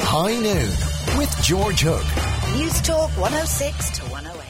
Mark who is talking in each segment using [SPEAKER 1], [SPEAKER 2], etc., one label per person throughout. [SPEAKER 1] High Noon with George Hook.
[SPEAKER 2] News Talk 106 to 108.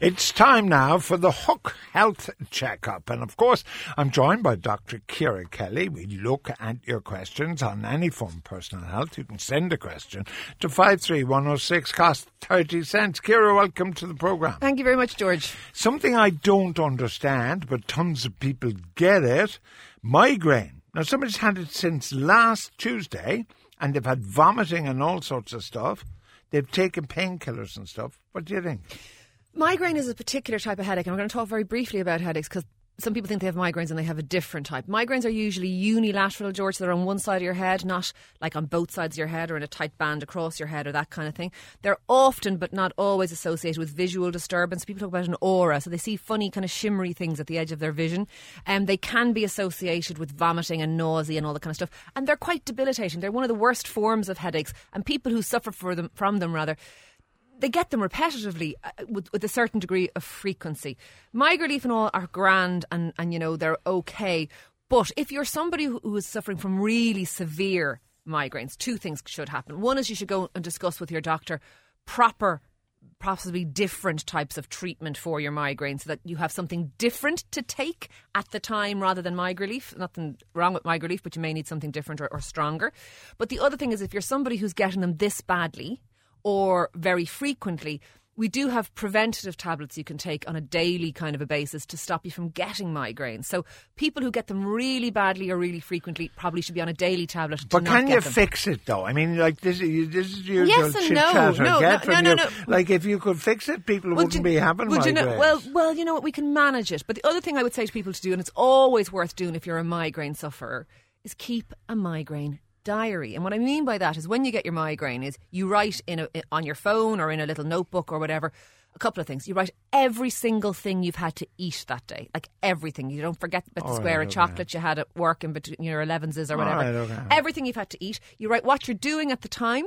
[SPEAKER 3] It's time now for the Hook Health Checkup. And of course, I'm joined by Dr. Kira Kelly. We look at your questions on any form of personal health. You can send a question to 53106, cost 30 cents. Kira, welcome to the programme.
[SPEAKER 4] Thank you very much, George.
[SPEAKER 3] Something I don't understand, but tons of people get it migraine. Now, somebody's had it since last Tuesday, and they've had vomiting and all sorts of stuff. They've taken painkillers and stuff. What do you think?
[SPEAKER 4] Migraine is a particular type of headache, and we're going to talk very briefly about headaches because some people think they have migraines and they have a different type. Migraines are usually unilateral, George, so they're on one side of your head, not like on both sides of your head or in a tight band across your head or that kind of thing. They're often, but not always, associated with visual disturbance. People talk about an aura, so they see funny, kind of shimmery things at the edge of their vision. Um, they can be associated with vomiting and nausea and all that kind of stuff, and they're quite debilitating. They're one of the worst forms of headaches, and people who suffer for them, from them, rather, they get them repetitively uh, with, with a certain degree of frequency. Migraine leaf and all are grand and, and you know they're okay. But if you're somebody who- who is suffering from really severe migraines, two things should happen. One is you should go and discuss with your doctor proper possibly different types of treatment for your migraine so that you have something different to take at the time rather than migraine relief. Nothing wrong with migraine relief, but you may need something different or, or stronger. But the other thing is if you're somebody who's getting them this badly or very frequently, we do have preventative tablets you can take on a daily kind of a basis to stop you from getting migraines. So people who get them really badly or really frequently probably should be on a daily tablet. to
[SPEAKER 3] But
[SPEAKER 4] not
[SPEAKER 3] can
[SPEAKER 4] get
[SPEAKER 3] you
[SPEAKER 4] them.
[SPEAKER 3] fix it though? I mean, like this, is this is your
[SPEAKER 4] Yes and
[SPEAKER 3] chit
[SPEAKER 4] no.
[SPEAKER 3] chat I
[SPEAKER 4] No,
[SPEAKER 3] get
[SPEAKER 4] no,
[SPEAKER 3] from
[SPEAKER 4] no,
[SPEAKER 3] you.
[SPEAKER 4] no, no.
[SPEAKER 3] Like if you could fix it, people
[SPEAKER 4] Well,
[SPEAKER 3] wouldn't
[SPEAKER 4] do-
[SPEAKER 3] be having
[SPEAKER 4] well,
[SPEAKER 3] migraines.
[SPEAKER 4] do you know, well, well, you know what? We can manage it. But the other thing I would say to people to do, and it's always worth doing if you're a migraine sufferer, is keep a migraine diary. And what I mean by that is when you get your migraine, is you write in a, on your phone or in a little notebook or whatever. A couple of things. You write every single thing you've had to eat that day, like everything. You don't forget about the
[SPEAKER 3] All
[SPEAKER 4] square
[SPEAKER 3] right, okay.
[SPEAKER 4] of chocolate you had at work in between your 11s or
[SPEAKER 3] All
[SPEAKER 4] whatever.
[SPEAKER 3] right, okay.
[SPEAKER 4] Everything you've had to eat. You write what you're doing at the time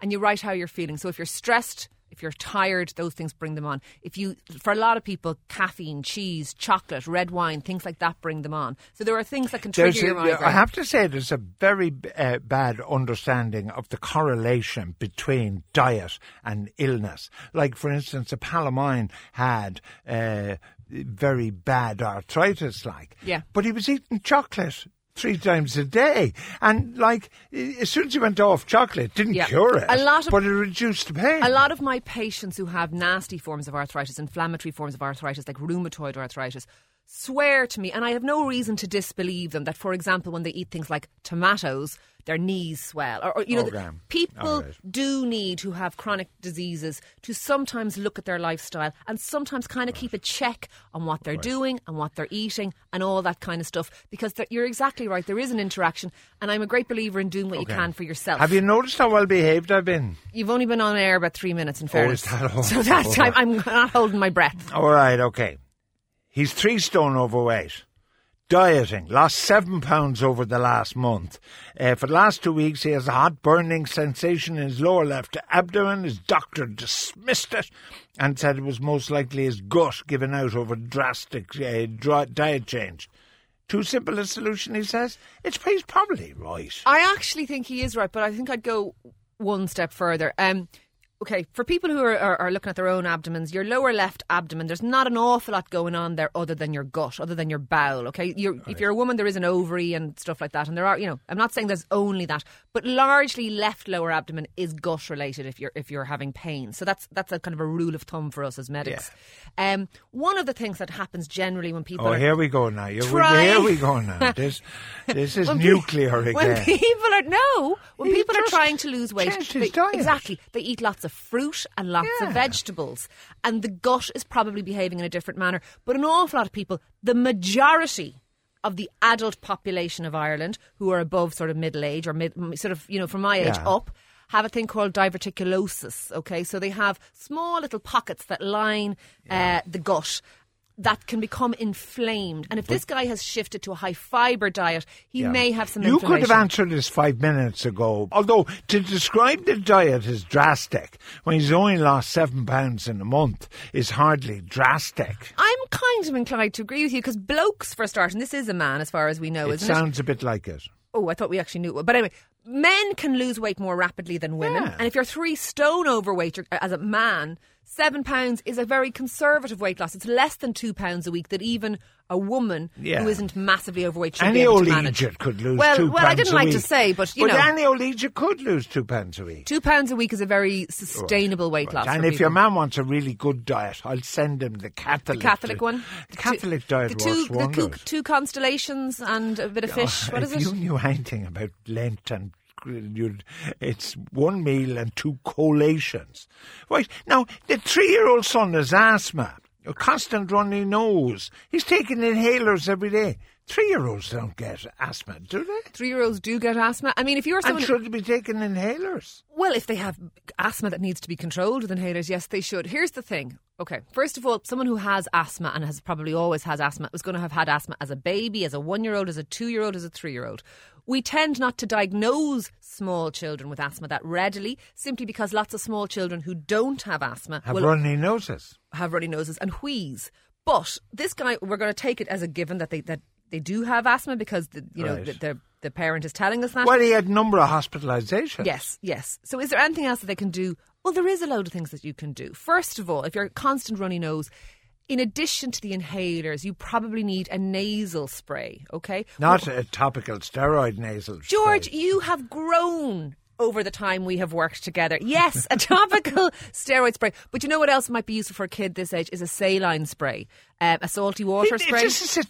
[SPEAKER 4] and you write how you're feeling. So if you're stressed, if you're tired, those things bring them on. If you, for a lot of people, caffeine, cheese, chocolate, red wine, things like that bring them on. So there are things that can trigger
[SPEAKER 3] There's
[SPEAKER 4] your
[SPEAKER 3] a-
[SPEAKER 4] migraine.
[SPEAKER 3] I have to say, there's a very uh, bad understanding of the correlation between diet and illness. Like, for instance, a pal of mine had uh, very bad arthritis, like,
[SPEAKER 4] Yeah.
[SPEAKER 3] but he was eating chocolate. Three times a day, and like i- as soon as he went off chocolate, it didn't
[SPEAKER 4] Yeah.
[SPEAKER 3] cure it,
[SPEAKER 4] A lot of-
[SPEAKER 3] but it reduced the pain.
[SPEAKER 4] A lot of my patients who have nasty forms of arthritis, inflammatory forms of arthritis, like rheumatoid arthritis, swear to me, and I have no reason to disbelieve them, that, for example, when they eat things like tomatoes, their knees swell. Or, or, you know,
[SPEAKER 3] Okay.
[SPEAKER 4] th- people
[SPEAKER 3] All right.
[SPEAKER 4] do need who have chronic diseases to sometimes look at their lifestyle and sometimes kind of keep a check on what they're doing and what they're eating and all that kind of stuff. Because th- you're exactly right, there is an interaction, and I'm a great believer in doing what
[SPEAKER 3] Okay.
[SPEAKER 4] you can for yourself.
[SPEAKER 3] Have you noticed how well behaved I've been?
[SPEAKER 4] You've only been on air about three minutes, in fairness.
[SPEAKER 3] Oh, is that all?
[SPEAKER 4] So that time, I'm not holding my breath.
[SPEAKER 3] All right, okay. He's three stone overweight. Dieting, lost seven pounds over the last month. Uh, for the last two weeks, he has a hot burning sensation in his lower left abdomen. His doctor dismissed it and said it was most likely his gut given out over drastic uh, dri- diet change. Too simple a solution, he says. It's he's probably right.
[SPEAKER 4] I actually think he is right, but I think I'd go one step further. Um, okay, for people who are, are, are looking at their own abdomens, your lower left abdomen, there's not an awful lot going on there other than your gut, other than your bowel. Okay, you're, if you're a woman, there is an ovary and stuff like that, and there are, you know, I'm not saying there's only that, but largely left lower abdomen is gut related. If you're if you're having pain, so that's that's a kind of a rule of thumb for us as medics. Um, one of the things that happens generally when people
[SPEAKER 3] Oh,
[SPEAKER 4] are
[SPEAKER 3] here we go now. Here we,
[SPEAKER 4] Try.
[SPEAKER 3] here we go now. This, this is
[SPEAKER 4] When pe-
[SPEAKER 3] nuclear again.
[SPEAKER 4] When people are no, when
[SPEAKER 3] He
[SPEAKER 4] people are
[SPEAKER 3] just
[SPEAKER 4] trying to lose weight,
[SPEAKER 3] changed his
[SPEAKER 4] they,
[SPEAKER 3] diet.
[SPEAKER 4] exactly, they eat lots of fruit and lots
[SPEAKER 3] Yeah.
[SPEAKER 4] of vegetables, and the gut is probably behaving in a different manner. But an awful lot of people, the majority of the adult population of Ireland who are above sort of middle age or mid, m- sort of you know from my age
[SPEAKER 3] Yeah.
[SPEAKER 4] up. Have a thing called diverticulosis. Okay, so they have small little pockets that line uh, the gut that can become inflamed. And if this guy has shifted to a high fiber diet, he
[SPEAKER 3] Yeah.
[SPEAKER 4] may have some.
[SPEAKER 3] You could have
[SPEAKER 4] inflammation.
[SPEAKER 3] answered this five minutes ago. Although to describe the diet as drastic when he's only lost seven pounds in a month is hardly drastic.
[SPEAKER 4] I'm kind of inclined to agree with you because blokes, for a start, and this is a man as far as we know,
[SPEAKER 3] It
[SPEAKER 4] Oh, isn't it?
[SPEAKER 3] sounds a bit like it.
[SPEAKER 4] Oh, I thought we actually knew. it was- But anyway, men can lose weight more rapidly than women.
[SPEAKER 3] Yeah.
[SPEAKER 4] And if you're three stone overweight you're, as a man, seven pounds is a very conservative weight loss. It's less than two pounds a week that even a woman
[SPEAKER 3] Yeah.
[SPEAKER 4] who isn't massively overweight should be
[SPEAKER 3] Any
[SPEAKER 4] able
[SPEAKER 3] old
[SPEAKER 4] to manage.
[SPEAKER 3] Egypt could lose
[SPEAKER 4] well,
[SPEAKER 3] two
[SPEAKER 4] well,
[SPEAKER 3] pounds
[SPEAKER 4] I didn't
[SPEAKER 3] a
[SPEAKER 4] like to
[SPEAKER 3] week.
[SPEAKER 4] say, but you
[SPEAKER 3] But
[SPEAKER 4] know,
[SPEAKER 3] any old Egypt could lose two pounds a week.
[SPEAKER 4] two pounds a week is a very sustainable weight
[SPEAKER 3] Right.
[SPEAKER 4] loss.
[SPEAKER 3] And
[SPEAKER 4] for
[SPEAKER 3] if your
[SPEAKER 4] people.
[SPEAKER 3] man wants a really good diet, I'll send him the Catholic
[SPEAKER 4] Catholic one,
[SPEAKER 3] The
[SPEAKER 4] two-
[SPEAKER 3] Catholic diet
[SPEAKER 4] the two,
[SPEAKER 3] works wonders.
[SPEAKER 4] the coo- two constellations and a bit of fish.
[SPEAKER 3] Oh,
[SPEAKER 4] what is
[SPEAKER 3] if
[SPEAKER 4] it?
[SPEAKER 3] you knew anything about Lent and you'd, it's one meal and two collations. Right now, the three-year-old son has asthma, a constant runny nose. He's taking inhalers every day. Three-year-olds don't get asthma, do they?
[SPEAKER 4] Three-year-olds do get asthma. I mean, if you're
[SPEAKER 3] And
[SPEAKER 4] someone,
[SPEAKER 3] should be taking inhalers.
[SPEAKER 4] well, if they have asthma that needs to be controlled with inhalers, yes, they should. Here's the thing. Okay, first of all, someone who has asthma and has probably always had asthma is going to have had asthma as a baby, as a one-year-old, as a two-year-old, as a three-year-old. We tend not to diagnose small children with asthma that readily, simply because lots of small children who don't have asthma
[SPEAKER 3] Have
[SPEAKER 4] will
[SPEAKER 3] runny noses.
[SPEAKER 4] have runny noses and wheeze. But this guy, we're going to take it as a given that they that they do have asthma because the, you know
[SPEAKER 3] Right.
[SPEAKER 4] the, the the parent is telling us that.
[SPEAKER 3] Well, he had a number of hospitalisations.
[SPEAKER 4] uh, Yes, yes. So is there anything else that they can do? Well, there is a load of things that you can do. First of all, if you're a constant runny nose. In addition to the inhalers, you probably need a nasal spray, okay?
[SPEAKER 3] Not a topical steroid nasal.
[SPEAKER 4] George,
[SPEAKER 3] spray.
[SPEAKER 4] you have grown over the time we have worked together. Yes, a topical steroid spray. But you know what else might be useful for a kid this age is a saline spray, um, a salty water
[SPEAKER 3] It- it-
[SPEAKER 4] spray.
[SPEAKER 3] This is a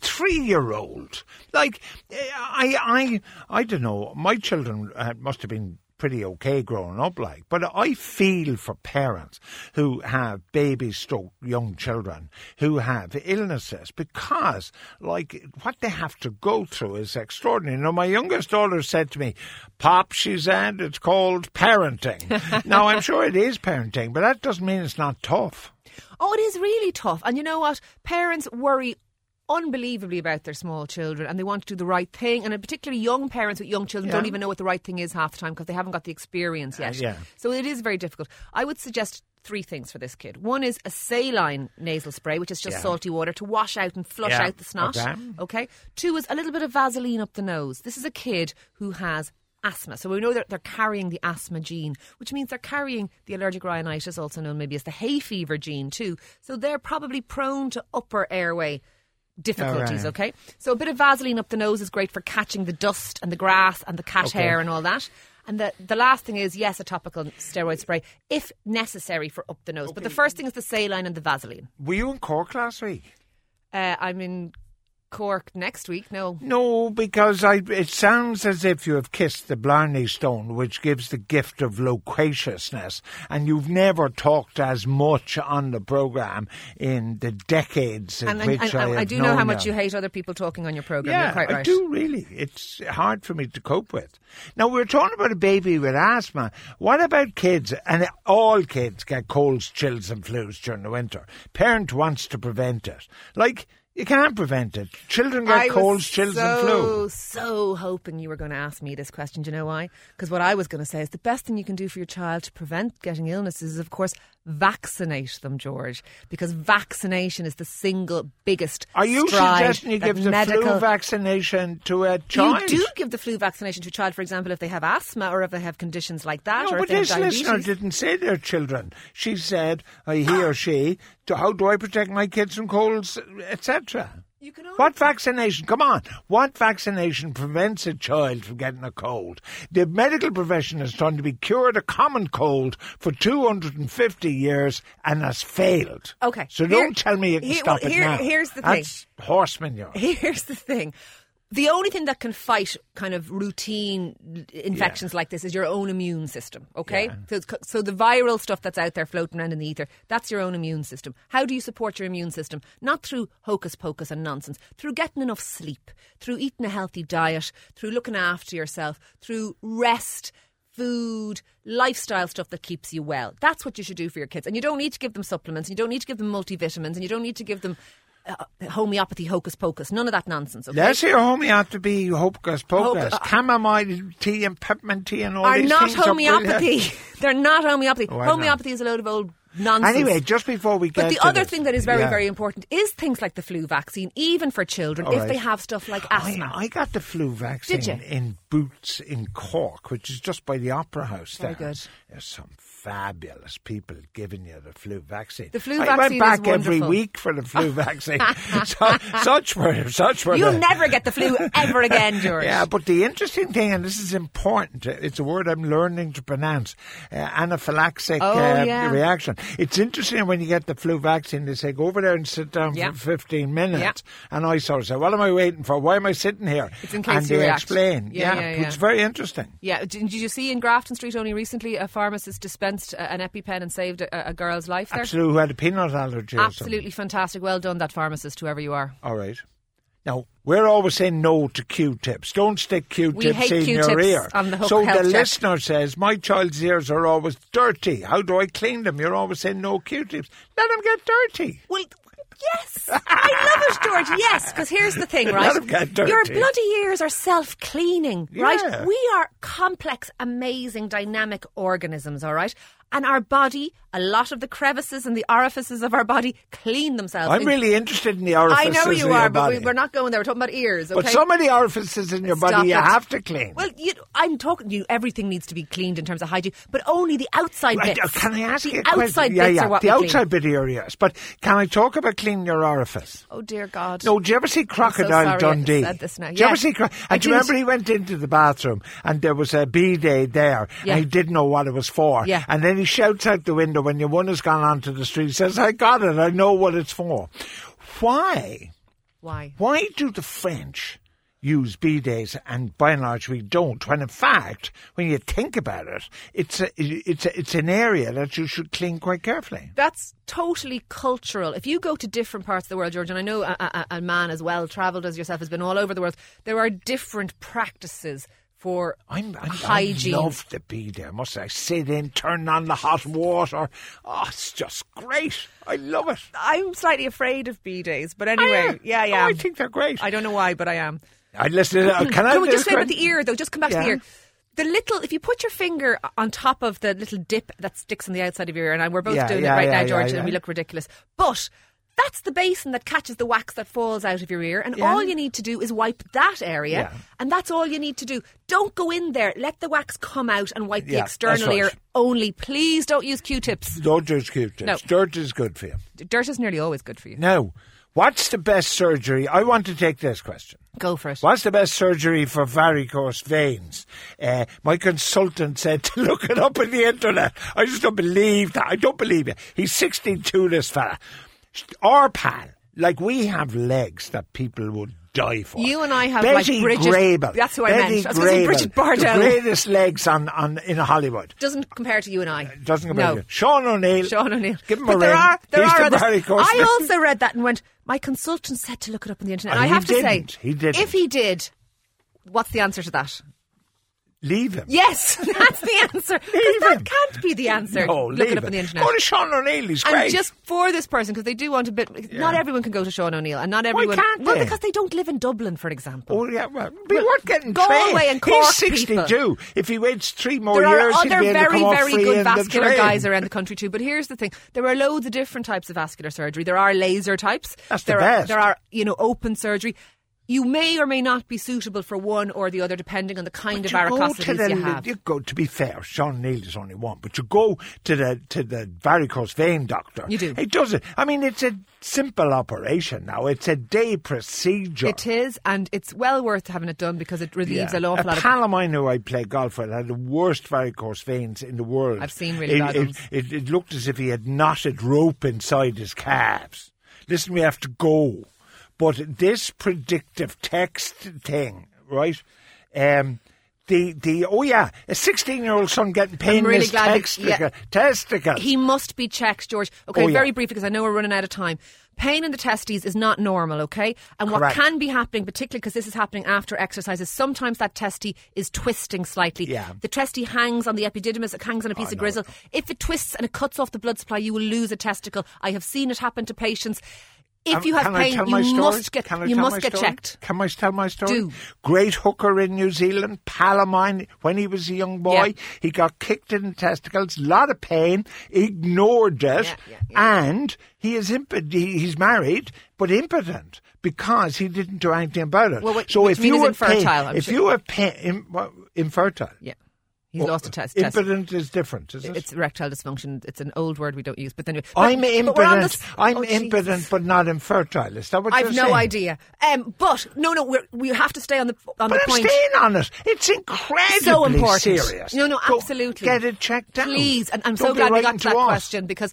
[SPEAKER 3] three-year-old. Like, eh, I, I, I don't know. My children uh, must have been pretty okay growing up, like. But I feel for parents who have baby stroke young children who have illnesses because, like, what they have to go through is extraordinary. Now, my youngest daughter said to me, "Pop," she said, "it's called parenting." now, I'm sure it is parenting, but that doesn't mean it's not tough.
[SPEAKER 4] oh, it is really tough. And you know what? Parents worry unbelievably about their small children and they want to do the right thing. And particularly young parents with young children don't
[SPEAKER 3] Yeah. Uh,
[SPEAKER 4] even know what the right thing is half the time because they haven't got the experience yet.
[SPEAKER 3] yeah.
[SPEAKER 4] So it is very difficult. I would suggest three things for this kid. One is a saline nasal spray, which is just
[SPEAKER 3] Yeah.
[SPEAKER 4] salty water to wash out and flush
[SPEAKER 3] Yeah.
[SPEAKER 4] out the snot.
[SPEAKER 3] Okay.
[SPEAKER 4] Okay. Two is a little bit of Vaseline up the nose. This is a kid who has asthma. So we know that they're carrying the asthma gene, which means they're carrying the allergic rhinitis, also known maybe as the hay fever gene too. So they're probably prone to upper airway difficulties,
[SPEAKER 3] All
[SPEAKER 4] okay? So a bit of Vaseline up the nose is great for catching the dust and the grass and the cat
[SPEAKER 3] Okay.
[SPEAKER 4] hair and all that. And the, the last thing is, yes, a topical steroid spray if necessary for up the nose. But the first thing is the saline and the Vaseline.
[SPEAKER 3] Were you in Cork last week?
[SPEAKER 4] Uh, I'm in Cork next week. No,
[SPEAKER 3] No, because I, it sounds as if you have kissed the Blarney Stone, which gives the gift of loquaciousness, and you've never talked as much on the programme in the decades in
[SPEAKER 4] and, and,
[SPEAKER 3] which
[SPEAKER 4] and,
[SPEAKER 3] I,
[SPEAKER 4] and
[SPEAKER 3] have
[SPEAKER 4] I do know how
[SPEAKER 3] known
[SPEAKER 4] much you
[SPEAKER 3] you
[SPEAKER 4] hate other people talking on your program.
[SPEAKER 3] Yeah,
[SPEAKER 4] You're quite right.
[SPEAKER 3] I do really. It's hard for me to cope with. Now we're talking about a baby with asthma. What about kids? And all kids get colds, chills, and flus during the winter. Parent wants to prevent it. Like you can't prevent it. Children get
[SPEAKER 4] I was
[SPEAKER 3] colds, chills,
[SPEAKER 4] so,
[SPEAKER 3] and flu.
[SPEAKER 4] So hoping you were going to ask me this question. Do you know why? Because what I was going to say is the best thing you can do for your child to prevent getting illnesses is, of course, vaccinate them, George. Because vaccination is the single biggest.
[SPEAKER 3] Are you
[SPEAKER 4] stride
[SPEAKER 3] suggesting you
[SPEAKER 4] that
[SPEAKER 3] give the
[SPEAKER 4] medical
[SPEAKER 3] flu vaccination to a child?
[SPEAKER 4] You do give the flu vaccination to a child, for example, if they have asthma or if they have conditions like that,
[SPEAKER 3] No,
[SPEAKER 4] or if
[SPEAKER 3] but
[SPEAKER 4] they have
[SPEAKER 3] this
[SPEAKER 4] diabetes.
[SPEAKER 3] listener didn't say their children. She said, uh, he or she, "Do- how do I protect my kids from colds, etc.?
[SPEAKER 4] You can only-
[SPEAKER 3] What vaccination? Come on. What vaccination prevents a child from getting a cold? The medical profession has tried to be cured a common cold for 250 years and has failed.
[SPEAKER 4] Okay.
[SPEAKER 3] So
[SPEAKER 4] Here-
[SPEAKER 3] don't tell me you can
[SPEAKER 4] here-
[SPEAKER 3] stop
[SPEAKER 4] here-
[SPEAKER 3] it now.
[SPEAKER 4] here's the thing.
[SPEAKER 3] That's horse manure.
[SPEAKER 4] Here's the thing. The only thing that can fight kind of routine infections like this is your own immune system, okay? So, it's co- so the viral stuff that's out there floating around in the ether, that's your own immune system. How do you support your immune system? Not through hocus pocus and nonsense, through getting enough sleep, through eating a healthy diet, through looking after yourself, through rest, food, lifestyle stuff that keeps you well. That's what you should do for your kids. And you don't need to give them supplements, you don't need to give them multivitamins, and you don't need to give them uh, homeopathy hocus pocus. None of that nonsense. Okay?
[SPEAKER 3] Let's hear homeopathy, hocus pocus,
[SPEAKER 4] Hoc-
[SPEAKER 3] chamomile tea and peppermint tea and all
[SPEAKER 4] are
[SPEAKER 3] these
[SPEAKER 4] not
[SPEAKER 3] things are brilliant.
[SPEAKER 4] homeopathy. They're not homeopathy.
[SPEAKER 3] Oh, I know.
[SPEAKER 4] homeopathy is a load of old nonsense.
[SPEAKER 3] Anyway, just before we get
[SPEAKER 4] But the
[SPEAKER 3] to
[SPEAKER 4] other
[SPEAKER 3] this-
[SPEAKER 4] thing that is very,
[SPEAKER 3] Yeah.
[SPEAKER 4] very important is things like the flu vaccine, even for children,
[SPEAKER 3] All
[SPEAKER 4] if
[SPEAKER 3] right. Oh,
[SPEAKER 4] they have stuff like
[SPEAKER 3] I,
[SPEAKER 4] asthma.
[SPEAKER 3] I got the flu vaccine
[SPEAKER 4] you?
[SPEAKER 3] in Boots in Cork, which is just by the Opera House there.
[SPEAKER 4] Very good.
[SPEAKER 3] There's some fabulous people giving you the flu vaccine.
[SPEAKER 4] The flu
[SPEAKER 3] I
[SPEAKER 4] vaccine is
[SPEAKER 3] went back every
[SPEAKER 4] wonderful.
[SPEAKER 3] week for the flu vaccine. so, such were such were
[SPEAKER 4] You'll
[SPEAKER 3] the-
[SPEAKER 4] never get the flu ever again, George.
[SPEAKER 3] Yeah, but the interesting thing, and this is important, uh, it's a word I'm learning to pronounce uh, anaphylactic
[SPEAKER 4] Oh,
[SPEAKER 3] uh,
[SPEAKER 4] yeah.
[SPEAKER 3] reaction. It's interesting when you get the flu vaccine, they say, go over there and sit down
[SPEAKER 4] Yeah.
[SPEAKER 3] for 15 minutes. And I sort of say, what am I waiting for? Why am I sitting here?
[SPEAKER 4] It's in case
[SPEAKER 3] and
[SPEAKER 4] you
[SPEAKER 3] they
[SPEAKER 4] react.
[SPEAKER 3] explain.
[SPEAKER 4] Yeah, yeah, yeah.
[SPEAKER 3] It's very interesting.
[SPEAKER 4] Yeah, d- did you see in Grafton Street only recently a pharmacist dispensed a- an EpiPen and saved a, a girl's life there?
[SPEAKER 3] Absolutely, who had a peanut allergy or something.
[SPEAKER 4] Absolutely fantastic. Well done, that pharmacist, whoever you are.
[SPEAKER 3] All right. Now, we're always saying no to Q-tips. Don't stick Q-tips
[SPEAKER 4] hate
[SPEAKER 3] in your
[SPEAKER 4] Q-tips
[SPEAKER 3] ear.
[SPEAKER 4] on the Hook
[SPEAKER 3] so the
[SPEAKER 4] Health Check.
[SPEAKER 3] listener says, my child's ears are always dirty. How do I clean them? You're always saying no Q-tips. Let them get dirty.
[SPEAKER 4] Well, yes, I love it, George. Yes, because here's the thing, right?
[SPEAKER 3] Let 'em get dirty.
[SPEAKER 4] Your bloody ears are self-cleaning,
[SPEAKER 3] Yeah.
[SPEAKER 4] right? We are complex, amazing, dynamic organisms, all right? And our body, a lot of the crevices and the orifices of our body clean themselves.
[SPEAKER 3] I'm
[SPEAKER 4] In-
[SPEAKER 3] really interested in the orifices
[SPEAKER 4] I know
[SPEAKER 3] in
[SPEAKER 4] you
[SPEAKER 3] your
[SPEAKER 4] are, but we,
[SPEAKER 3] body.
[SPEAKER 4] we're not going there. We're talking about ears. Okay?
[SPEAKER 3] But some of the orifices in your
[SPEAKER 4] Stop
[SPEAKER 3] body you
[SPEAKER 4] it.
[SPEAKER 3] have to clean.
[SPEAKER 4] Well, you, I'm talking to you. Everything needs to be cleaned in terms of hygiene, but only the outside
[SPEAKER 3] Right,
[SPEAKER 4] bits.
[SPEAKER 3] uh, can I ask
[SPEAKER 4] the
[SPEAKER 3] you a question?
[SPEAKER 4] outside
[SPEAKER 3] yeah,
[SPEAKER 4] bits
[SPEAKER 3] yeah,
[SPEAKER 4] are what
[SPEAKER 3] the
[SPEAKER 4] we clean.
[SPEAKER 3] outside bit of your ears. But can I talk about cleaning your orifice?
[SPEAKER 4] Oh dear God!
[SPEAKER 3] No, do you ever see Crocodile
[SPEAKER 4] sorry I
[SPEAKER 3] Dundee?
[SPEAKER 4] said this now.
[SPEAKER 3] Do you
[SPEAKER 4] Yeah,
[SPEAKER 3] ever see? Cro-
[SPEAKER 4] I
[SPEAKER 3] and do you
[SPEAKER 4] did.
[SPEAKER 3] remember he went into the bathroom and there was a bee day there,
[SPEAKER 4] Yeah.
[SPEAKER 3] and he didn't know what it was for.
[SPEAKER 4] Yeah.
[SPEAKER 3] And then he shouts out the window when your one has gone onto the street. He says, "I got it. I know what it's for." Why?
[SPEAKER 4] Why?
[SPEAKER 3] Why do the French? Use bee days, and by and large we don't. When in fact, when you think about it, it's a, it's a, it's an area that you should clean quite carefully.
[SPEAKER 4] That's totally cultural. If you go to different parts of the world, George, and I know a, a, a man as well travelled as yourself has been all over the world. There are different practices for
[SPEAKER 3] I'm, I'm,
[SPEAKER 4] hygiene.
[SPEAKER 3] I love the bee day. I must say, I sit in, turn on the hot water. Oh, it's just great. I love it.
[SPEAKER 4] I'm slightly afraid of B days, but
[SPEAKER 3] Are you?
[SPEAKER 4] anyway, yeah, yeah.
[SPEAKER 3] Oh, I think they're great.
[SPEAKER 4] I
[SPEAKER 3] I,
[SPEAKER 4] don't know why, but I am.
[SPEAKER 3] listen. Uh, can I
[SPEAKER 4] Can we just say
[SPEAKER 3] describe-
[SPEAKER 4] about the ear though? Just come back to the
[SPEAKER 3] Yeah.
[SPEAKER 4] ear. The little, if you put your finger on top of the little dip that sticks on the outside of your ear, and I- we're both
[SPEAKER 3] Yeah,
[SPEAKER 4] doing
[SPEAKER 3] yeah,
[SPEAKER 4] it right
[SPEAKER 3] yeah,
[SPEAKER 4] now, George,
[SPEAKER 3] yeah, yeah.
[SPEAKER 4] and we look ridiculous. But that's the basin that catches the wax that falls out of your ear, and
[SPEAKER 3] Yeah.
[SPEAKER 4] all you need to do is wipe that area,
[SPEAKER 3] Yeah.
[SPEAKER 4] and that's all you need to do. Don't go in there. Let the wax come out and wipe
[SPEAKER 3] Yeah,
[SPEAKER 4] the
[SPEAKER 3] that's
[SPEAKER 4] external
[SPEAKER 3] right.
[SPEAKER 4] ear only. Please don't use Q-tips.
[SPEAKER 3] Don't use Q-tips.
[SPEAKER 4] No.
[SPEAKER 3] Dirt is good for you.
[SPEAKER 4] Dirt is nearly always good for you.
[SPEAKER 3] Now, what's the best surgery? I want to take this question.
[SPEAKER 4] Go for it.
[SPEAKER 3] What's the best surgery for varicose veins? Uh, my consultant said to look it up on the internet. I just don't believe that. I don't believe it. He's 62, this fella. Our pal, like we have legs that people would die for.
[SPEAKER 4] You and I have, like,
[SPEAKER 3] Betty
[SPEAKER 4] Bridget-
[SPEAKER 3] Grable.
[SPEAKER 4] that's who I
[SPEAKER 3] Betty
[SPEAKER 4] meant. I was gonna say
[SPEAKER 3] Grable,
[SPEAKER 4] Bridget
[SPEAKER 3] The
[SPEAKER 4] Bardell.
[SPEAKER 3] greatest legs on, on in Hollywood.
[SPEAKER 4] Doesn't compare to you and I.
[SPEAKER 3] Doesn't compare
[SPEAKER 4] no.
[SPEAKER 3] to you. Sean O'Neill.
[SPEAKER 4] Sean O'Neill.
[SPEAKER 3] Give him
[SPEAKER 4] but
[SPEAKER 3] a
[SPEAKER 4] there
[SPEAKER 3] ring.
[SPEAKER 4] Are, there
[SPEAKER 3] He's
[SPEAKER 4] are
[SPEAKER 3] the
[SPEAKER 4] others.
[SPEAKER 3] varicose.
[SPEAKER 4] I also read that and went, my consultant said to look it up on the internet.
[SPEAKER 3] And
[SPEAKER 4] I
[SPEAKER 3] he
[SPEAKER 4] have to
[SPEAKER 3] didn't.
[SPEAKER 4] say,
[SPEAKER 3] He didn't.
[SPEAKER 4] if he did, what's the answer to that?
[SPEAKER 3] Leave him.
[SPEAKER 4] Yes, that's the answer. 'Cause
[SPEAKER 3] Leave him.
[SPEAKER 4] that can't be the answer.
[SPEAKER 3] No,
[SPEAKER 4] look
[SPEAKER 3] leave
[SPEAKER 4] it up
[SPEAKER 3] him.
[SPEAKER 4] on the internet.
[SPEAKER 3] Go to Sean O'Neill. He's
[SPEAKER 4] And
[SPEAKER 3] great.
[SPEAKER 4] just for this person, because they do want a bit. Not everyone can go to Sean O'Neill, and not everyone.
[SPEAKER 3] can't
[SPEAKER 4] well,
[SPEAKER 3] they?
[SPEAKER 4] because they don't live in Dublin, for example.
[SPEAKER 3] Oh yeah, well, it'd be
[SPEAKER 4] Well,
[SPEAKER 3] worth getting
[SPEAKER 4] go
[SPEAKER 3] trained.
[SPEAKER 4] away and
[SPEAKER 3] He's
[SPEAKER 4] cork
[SPEAKER 3] sixty-two.
[SPEAKER 4] people.
[SPEAKER 3] If he waits three more
[SPEAKER 4] there
[SPEAKER 3] years,
[SPEAKER 4] are
[SPEAKER 3] he'll be
[SPEAKER 4] other
[SPEAKER 3] able to
[SPEAKER 4] very,
[SPEAKER 3] come off
[SPEAKER 4] very
[SPEAKER 3] free in
[SPEAKER 4] good
[SPEAKER 3] the
[SPEAKER 4] vascular
[SPEAKER 3] train.
[SPEAKER 4] guys around the country too. But here's the thing: there are loads of different types of vascular surgery. There are laser types.
[SPEAKER 3] That's the
[SPEAKER 4] there Are,
[SPEAKER 3] best.
[SPEAKER 4] there are you know open surgery. You may or may not be suitable for one or the other, depending on the kind of
[SPEAKER 3] You go to
[SPEAKER 4] varicosities
[SPEAKER 3] the,
[SPEAKER 4] you have.
[SPEAKER 3] you go to be fair. Sean Neal is only one, but you go to the to the varicose vein doctor.
[SPEAKER 4] You do.
[SPEAKER 3] He does it. I mean, it's a simple operation now. It's a day procedure.
[SPEAKER 4] It is, and it's well worth having it done because it relieves
[SPEAKER 3] Yeah.
[SPEAKER 4] an awful
[SPEAKER 3] a
[SPEAKER 4] lot of.
[SPEAKER 3] pal of mine who I play golf with had the worst varicose veins in the world.
[SPEAKER 4] I've seen really
[SPEAKER 3] it,
[SPEAKER 4] bad
[SPEAKER 3] it,
[SPEAKER 4] ones.
[SPEAKER 3] it, it looked as if he had knotted rope inside his calves. Listen, we have to go. But this predictive text thing, right? Um, the, the oh yeah, a sixteen year old son getting pain in
[SPEAKER 4] really
[SPEAKER 3] his
[SPEAKER 4] glad that-
[SPEAKER 3] testicle.
[SPEAKER 4] yeah.
[SPEAKER 3] testicle.
[SPEAKER 4] He must be checked, George. Okay,
[SPEAKER 3] Oh, yeah.
[SPEAKER 4] very briefly because I know we're running out of time. Pain in the testes is not normal, okay? And
[SPEAKER 3] Correct.
[SPEAKER 4] what can be happening, particularly because this is happening after exercise, is sometimes that testy is twisting slightly.
[SPEAKER 3] Yeah. Oh,
[SPEAKER 4] The testy hangs on the epididymis, it hangs on a piece of gristle. If it twists and it cuts off the blood supply, you will lose a testicle. I have seen it happen to patients. If
[SPEAKER 3] Am-
[SPEAKER 4] you have
[SPEAKER 3] can I
[SPEAKER 4] pain,
[SPEAKER 3] tell
[SPEAKER 4] you
[SPEAKER 3] my story?
[SPEAKER 4] must get
[SPEAKER 3] Can I
[SPEAKER 4] you
[SPEAKER 3] tell
[SPEAKER 4] must
[SPEAKER 3] my
[SPEAKER 4] get
[SPEAKER 3] story?
[SPEAKER 4] checked.
[SPEAKER 3] Can I tell my story?
[SPEAKER 4] Do.
[SPEAKER 3] Great hooker in New Zealand, pal of mine, when he was a young boy,
[SPEAKER 4] Yeah.
[SPEAKER 3] he got kicked in the testicles, lot of pain, ignored it,
[SPEAKER 4] Yeah, yeah, yeah.
[SPEAKER 3] and he is imp- he, he's married, but impotent because he didn't do anything about it.
[SPEAKER 4] Well, what-
[SPEAKER 3] so
[SPEAKER 4] which
[SPEAKER 3] if
[SPEAKER 4] means
[SPEAKER 3] you
[SPEAKER 4] he's
[SPEAKER 3] were
[SPEAKER 4] infertile,
[SPEAKER 3] pain,
[SPEAKER 4] I'm
[SPEAKER 3] if
[SPEAKER 4] sure.
[SPEAKER 3] you were pain, im, well, infertile,
[SPEAKER 4] Yeah, he's
[SPEAKER 3] or-
[SPEAKER 4] lost a test. test.
[SPEAKER 3] Impotent is different, is it?
[SPEAKER 4] It's erectile dysfunction. It's an old word we don't use, but then
[SPEAKER 3] I'm
[SPEAKER 4] but we're on
[SPEAKER 3] impotent.
[SPEAKER 4] this-
[SPEAKER 3] I'm
[SPEAKER 4] oh, Jesus.
[SPEAKER 3] impotent, but not infertile. Is that what
[SPEAKER 4] I've
[SPEAKER 3] you're
[SPEAKER 4] no
[SPEAKER 3] saying?
[SPEAKER 4] idea. Um, but no, no, we're, we have to stay on the
[SPEAKER 3] But
[SPEAKER 4] on the
[SPEAKER 3] I'm
[SPEAKER 4] point.
[SPEAKER 3] staying on it. It's incredibly
[SPEAKER 4] so important.
[SPEAKER 3] serious.
[SPEAKER 4] No, no,
[SPEAKER 3] Go
[SPEAKER 4] absolutely.
[SPEAKER 3] Get it checked out.
[SPEAKER 4] please. And I'm
[SPEAKER 3] Don't
[SPEAKER 4] so
[SPEAKER 3] be
[SPEAKER 4] glad we got
[SPEAKER 3] writing
[SPEAKER 4] to that
[SPEAKER 3] us.
[SPEAKER 4] question because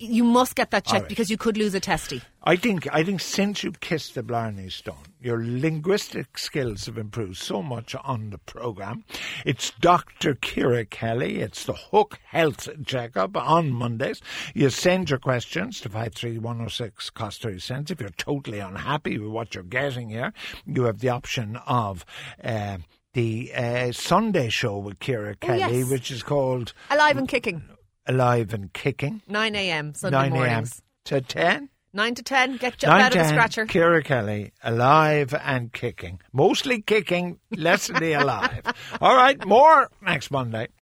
[SPEAKER 4] you must get that checked
[SPEAKER 3] right.
[SPEAKER 4] because you could lose a testy.
[SPEAKER 3] I think, I think since you kissed the Blarney Stone, your linguistic skills have improved so much on the programme. It's Dr. Kira Kelly. It's the Hook Health Checkup on Mondays. You send your questions to 53106 cost 30 cents. If you're totally unhappy with what you're getting here, you have the option of. Uh, the uh, Sunday show with Kira Kelly,
[SPEAKER 4] Oh, yes.
[SPEAKER 3] which is called
[SPEAKER 4] Alive and kicking,
[SPEAKER 3] Alive and Kicking,
[SPEAKER 4] 9 a.m. Sunday
[SPEAKER 3] 9 a.m.
[SPEAKER 4] mornings.
[SPEAKER 3] to 10.
[SPEAKER 4] 9 to 10, get up
[SPEAKER 3] 9,
[SPEAKER 4] out of a
[SPEAKER 3] 10,
[SPEAKER 4] scratcher.
[SPEAKER 3] Kira Kelly, alive and kicking. Mostly kicking, less than the alive. All right, more next Monday.